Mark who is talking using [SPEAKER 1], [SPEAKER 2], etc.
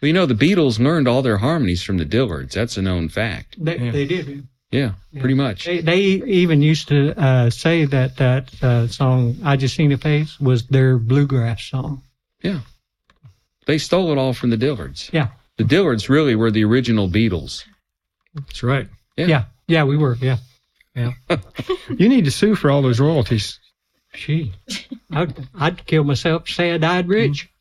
[SPEAKER 1] Well, you know, the Beatles learned all their harmonies from the Dillards. That's a known fact.
[SPEAKER 2] They,
[SPEAKER 3] Yeah.
[SPEAKER 2] they did.
[SPEAKER 1] Yeah, pretty much.
[SPEAKER 2] They, they even used to uh, say that that uh, song "I Just Seen a Face" was their bluegrass song.
[SPEAKER 1] They stole it all from the Dillards.
[SPEAKER 2] Yeah,
[SPEAKER 1] The Dillards really were the original Beatles.
[SPEAKER 3] That's right.
[SPEAKER 1] Yeah.
[SPEAKER 2] yeah, yeah. we were. Yeah,
[SPEAKER 3] You need to sue for all those royalties.
[SPEAKER 2] she. I'd, I'd kill myself, sad-eyed rich.